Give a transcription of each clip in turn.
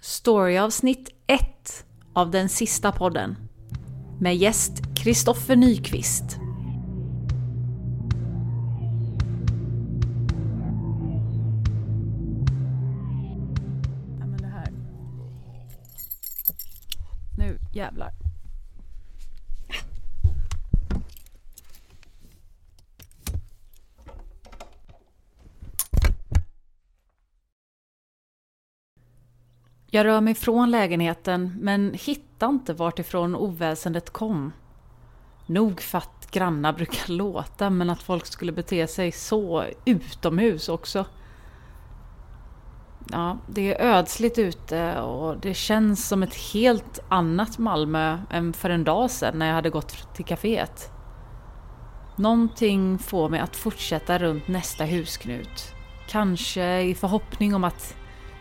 Story-avsnitt 1 av den sista podden. Med gäst Kristoffer Nyqvist. Nej, men det här. Nu jävlar. Jag rör mig från lägenheten men hittar inte vart ifrån oväsendet kom. Nog för att grannar brukar låta men att folk skulle bete sig så utomhus också. Ja, det är ödsligt ute och det känns som ett helt annat Malmö än för en dag sedan när jag hade gått till kaféet. Någonting får mig att fortsätta runt nästa husknut. Kanske i förhoppning om att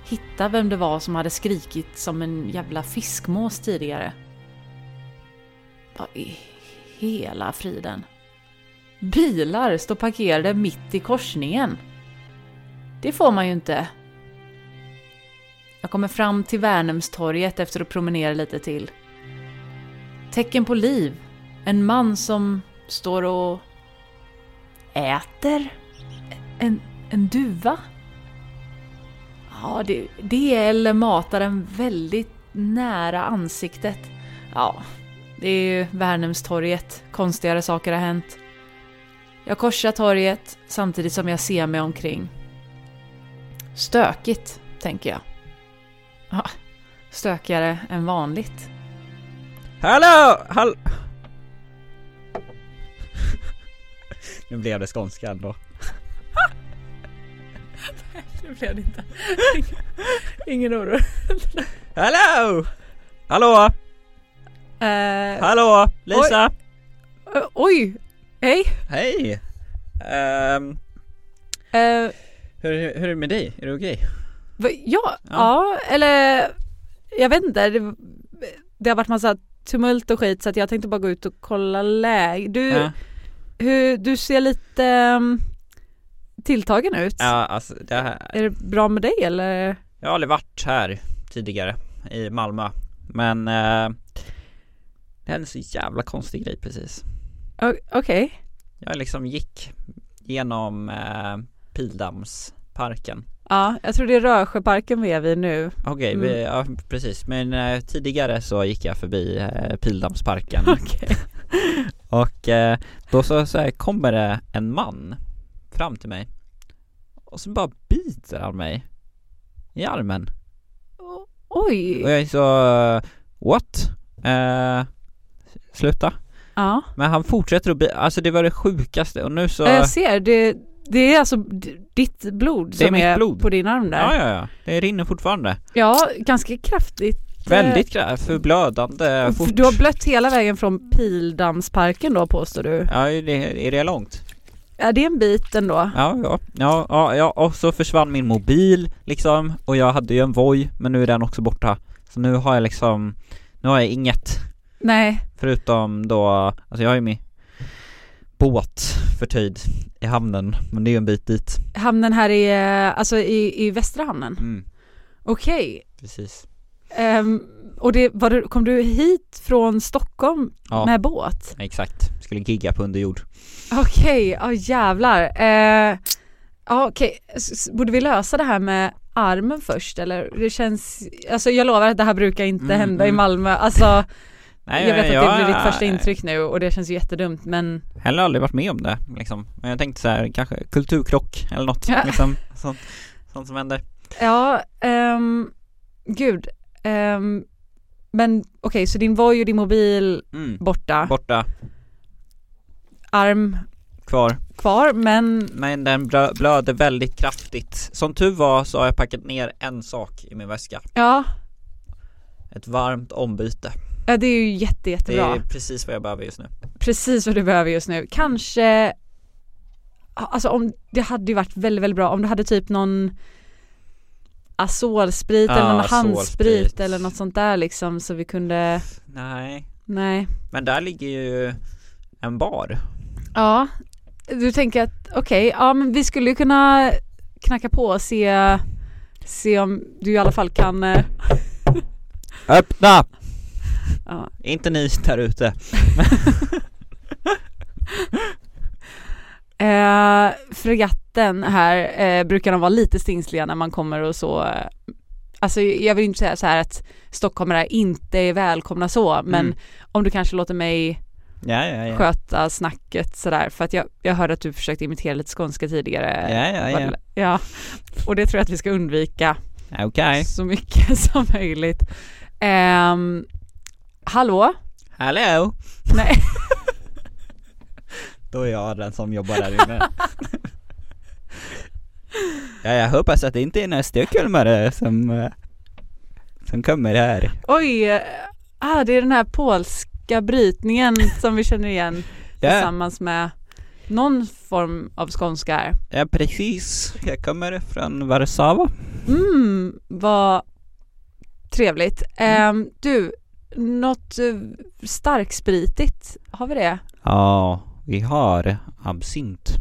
hitta vem det var som hade skrikit som en jävla fiskmås tidigare. Vad i hela friden? Bilar står parkerade mitt i korsningen. Det får man ju inte. Jag kommer fram till Värnhemstorget efter att promenera lite till. Tecken på liv. En man som står och äter en, en duva. Ja, det, det eller matar den väldigt nära ansiktet. Ja, det är ju Värnhemstorget. Konstigare saker har hänt. Jag korsar torget samtidigt som jag ser mig omkring. Stökigt, tänker jag. Ja, stökigare än vanligt. Hallå! Hall... Nu blev det skånska ändå. Det blev det inte. Ingen oro. Hallå! Hallå! Hallå! Lisa! Eh, oj! Hej! Hej! Ehm, Eh, hur, hur är det med dig? Är det okej? va- ja, ja, eller jag vet inte. Det, det har varit massa tumult och skit så att jag tänkte bara gå ut och kolla läge. Du, Ja. hur, du ser lite ehm, tilltagen ut. Ja, alltså det här, Är det bra med dig eller? jag har aldrig varit här tidigare i Malmö. Men eh, det hände en så jävla konstig grej precis. O- Okej. Jag liksom gick genom eh, Pildammsparken. Ja, jag tror det är Rösjöparken vi är vid nu. Okej, Mm. vi- ja, precis. Men eh, tidigare så gick jag förbi eh, Pildammsparken Okej. och eh, då så, så här, kommer det en man fram till mig och så bara biter han mig i armen. Oj. Och jag är så, eh, what? Eh, sluta. Ja. Men han fortsätter att bita, alltså det var det sjukaste och nu så Ja, Jag ser, det, det är alltså d- ditt blod Det är som mitt är blod. på din arm där. Ja, ja, ja. Det rinner fortfarande. Ja, ganska kraftigt. eh, Väldigt krä- förblödande F- fort. Du har blött hela vägen från Pildammsparken då påstår du? Ja, är det, är det långt? Är det en bit ändå? Ja, ja, ja, ja, ja, och så försvann min mobil liksom och jag hade ju en Voi men nu är den också borta. Så nu har jag liksom, nu har jag inget Nej. förutom då, alltså jag har ju min båt förtöjd i hamnen men det är ju en bit dit. Hamnen här i, eh, alltså i, i västra hamnen? Mm, Okej. precis. Ehm, och det, var du, kom du hit från Stockholm Ja. med båt? Exakt, skulle gigga på underjord. Okej, ja jävlar. Eh, Ja okej, S- s- borde vi lösa det här med armen först eller? Det känns, alltså jag lovar att det här brukar inte Mm, hända i mm. Malmö. Alltså Nej, jag vet men att det blir ditt första intryck nu och det känns ju jättedumt men Heller aldrig varit med om det liksom. Men jag tänkte så här, kanske kulturkrock eller något Ja. liksom. Sånt, sånt som händer. Ja, ehm, gud. Ehm, men okej, så din Voi och din mobil Mm. borta, Borta, arm kvar. kvar, men Men den blö- blöder väldigt kraftigt. Som tur var så har jag packat ner en sak i min väska. ja, Ett varmt ombyte. ja, det är ju jätte, Det jättebra. är precis vad jag behöver just nu. Precis vad du behöver just nu. Kanske, alltså om, det hade ju varit väldigt, väldigt bra om du hade typ någon Azolsprit eller Ja, någon handsprit Azolsprit. eller något sånt där liksom så vi kunde, Nej. nej. Men där ligger ju en bar. Ja, du tänker att okej, ja men vi skulle ju kunna knacka på och se, se om du i alla fall kan eh, Öppna! Ja. Inte ni där ute. Eh, fregatten här eh, brukar de vara lite stingsliga när man kommer och så. eh, Alltså jag vill inte säga så här att stockholmare inte är välkomna så, men Mm. om du kanske låter mig Ja, ja, ja. sköta snacket sådär, för att jag, jag hörde att du försökte imitera lite skånska tidigare. Ja, ja, ja. Vadela? ja. Och det tror jag att vi ska undvika Okej. så mycket som möjligt. Ehm, hallå? Hallå? Nej. Då är jag den som jobbar där inne. ja, jag hoppas att det inte är några stockholmare som, eh, som kommer här. Oj, eh, ah, det är den här polska brytningen som vi känner igen Ja, tillsammans med någon form av skånska här. ja precis. Jag kommer från Warszawa. Mm, vad trevligt. Ehm, Mm. du, något eh, starkspritigt, har vi det? Ja, vi har absint.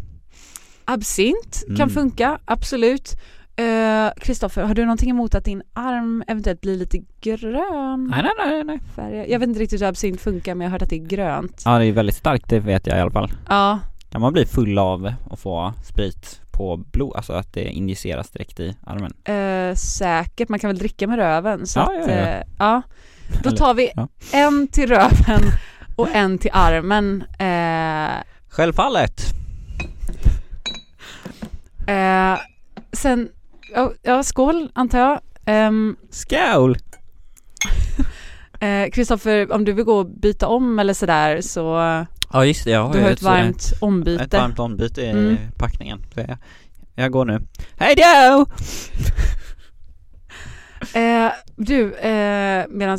Absint kan Mm. funka, absolut. Eh, Kristoffer, har du någonting emot att din arm eventuellt blir lite grön? Nej, nej, nej, nej. Färg? Jag vet inte riktigt hur absint funkar men jag har hört att det är grönt. Ja, det är väldigt starkt, det vet jag i alla fall. Ja, Kan man bli full av att få sprit på blod, alltså att det injiceras direkt i armen? eh, säkert. Man kan väl dricka med röven. Så Ja, att, ja, ja. eh, ja. Då Eller- tar vi ja. en till röven och en till armen. Eh, Självfallet! eh, sen, ja, ja, skål antar jag. Ehm, Skål! eh, Kristoffer, om du vill gå och byta om eller sådär så Ja just det, jag har du ju eh, har ett varmt Ett ombyte. varmt ombyte i Mm. packningen. Så jag, jag går nu. Hej då! Eh, du, eh, medan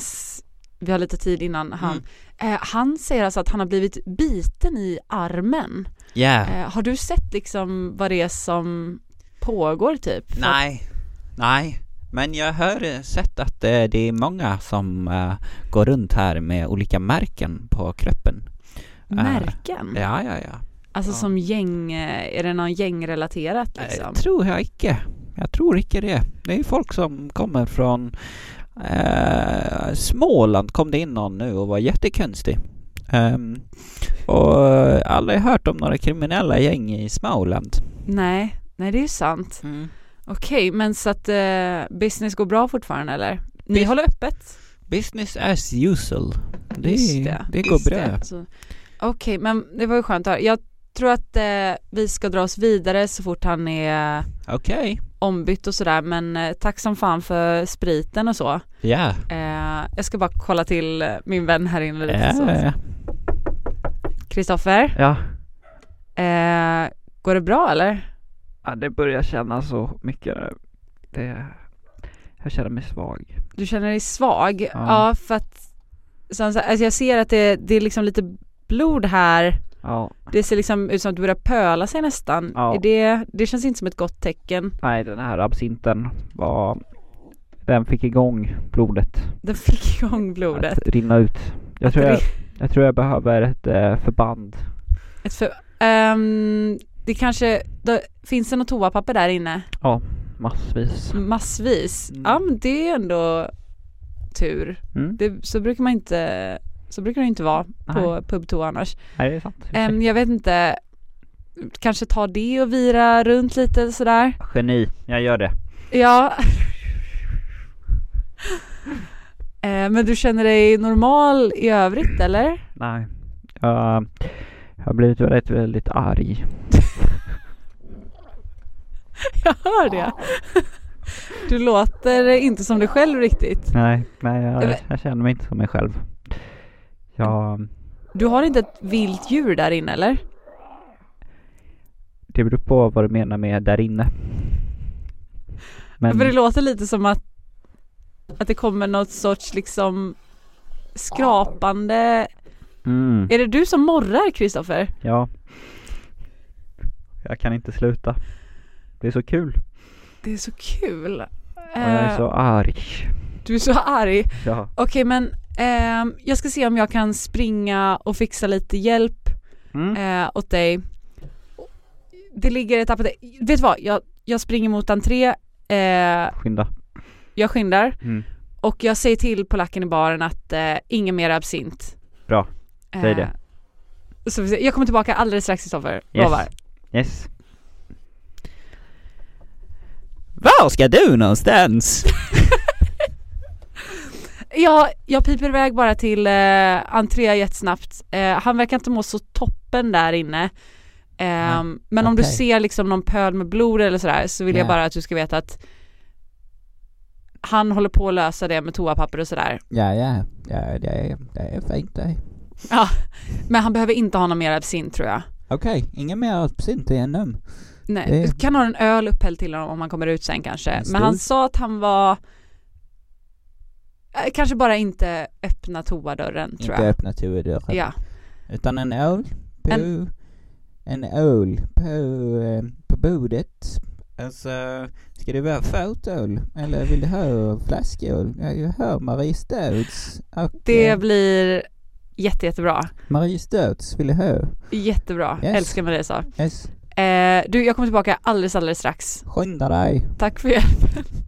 vi har lite tid innan han, Mm. eh, han säger alltså att han har blivit biten i armen. Yeah. Eh, har du sett liksom vad det är som pågår typ? För- Nej. Nej. Men jag har eh, sett att eh, det är många som eh, går runt här med olika märken på kroppen. Eh, Märken? Ja, ja, ja. Alltså ja. som gäng, eh, är det någon gängrelaterat liksom? Eh, tror jag icke. Jag tror icke det. Det är folk som kommer från eh, Småland kom det in någon nu och var jättekonstig. Ehm, och eh, aldrig hört om några kriminella gäng i Småland. Nej, nej det är ju sant. Okej, men så att eh, business går bra fortfarande eller? Ni Bus- håller öppet? Business as usual. Det, Just det, går just bra. det. Så- Okej, men det var ju skönt att höra. Jag tror att eh, vi ska dra oss vidare så fort han är Okej. ombytt och sådär men eh, tack som fan för spriten och så. Ja. Eh, jag ska bara kolla till eh, min vän här inne lite. så. Ja. Kristoffer, Ja. eh, går det bra eller? ja, det börjar kännas så mycket. Det, jag känner mig svag. Du känner dig svag? Ja, Ja. för att som, sagt, alltså jag ser att det, det är liksom lite blod här. Ja. Det ser liksom ut som att du börjar pöla sig nästan. Ja. Är det, det känns inte som ett gott tecken. Nej, den här absinten var... Den fick igång blodet. Den fick igång blodet. Att rinna ut. Jag tror det- jag, jag tror jag behöver ett eh, förband. Ett för, ehm, det kanske, då, finns det något toapapper där inne? Ja, massvis. Massvis. Mm. Ja men det är ändå tur. Mm. Det, så brukar man inte, så brukar det inte vara på Nej. pubtoa annars. Nej, det är sant. Ehm, jag vet inte, kanske ta det och vira runt lite sådär. Geni, jag gör det. Ja. Eh, Men du känner dig normal i övrigt eller? Nej. Jag, jag har blivit väldigt, väldigt arg. Jag hör det. Du låter inte som dig själv riktigt. Nej, nej jag, Över- jag känner mig inte som mig själv. Jag, Du har inte ett vilt djur där inne eller? det beror på vad du menar med där inne. Men För det låter lite som att, att det kommer något sorts liksom skrapande. mm, Är det du som morrar Kristoffer? ja. Jag kan inte sluta. Det är så kul. Det är så kul. Och jag är Eh, så arg. Du är så arg. Ja. Okej men ehm, jag ska se om jag kan springa och fixa lite hjälp Mm. eh, åt dig. Det ligger ett apotek. Vet du vad? Jag, jag springer mot entré. Eh, Skynda. jag skyndar Mm. Och jag säger till polacken i baren att eh, ingen mer absint. Bra. Säg det. Eh, så vi ser. Jag kommer tillbaka alldeles strax Kristoffer, Yes. lovar. Yes. Var ska du någonstans? Ja, jag piper iväg bara till eh, Andrea jättesnabbt. Eh, han verkar inte må så toppen där inne. Ehm, men om du okej. ser liksom någon pöl med blod eller sådär så vill jag Ja. bara att du ska veta att han håller på att lösa det med toapapper och sådär. Ja, ja, ja, det är, det är fint det. Men han behöver inte ha någon mer absint tror jag. Okej, ingen mer absint i en um. Nej, Det- du kan ha en öl upphälld till honom om han kommer ut sen kanske. En Men han stor. sa att han var Eh, Kanske bara inte öppna toadörren tror Inte jag. öppnat huvuddörren. Ja. Utan en öl på... En, öl på, eh, på bordet. Alltså, ska det vara fatöl? Eller vill du ha flasköl? Jag, jag hör Marie Stöds. Och, Det eh, blir jätte, jättebra. Marie Stöds vill du ha? Jättebra, Yes. älskar Maria sa. Yes, Eh, du, jag kommer tillbaka alldeles, alldeles strax. skynda dig. Tack för hjälpen.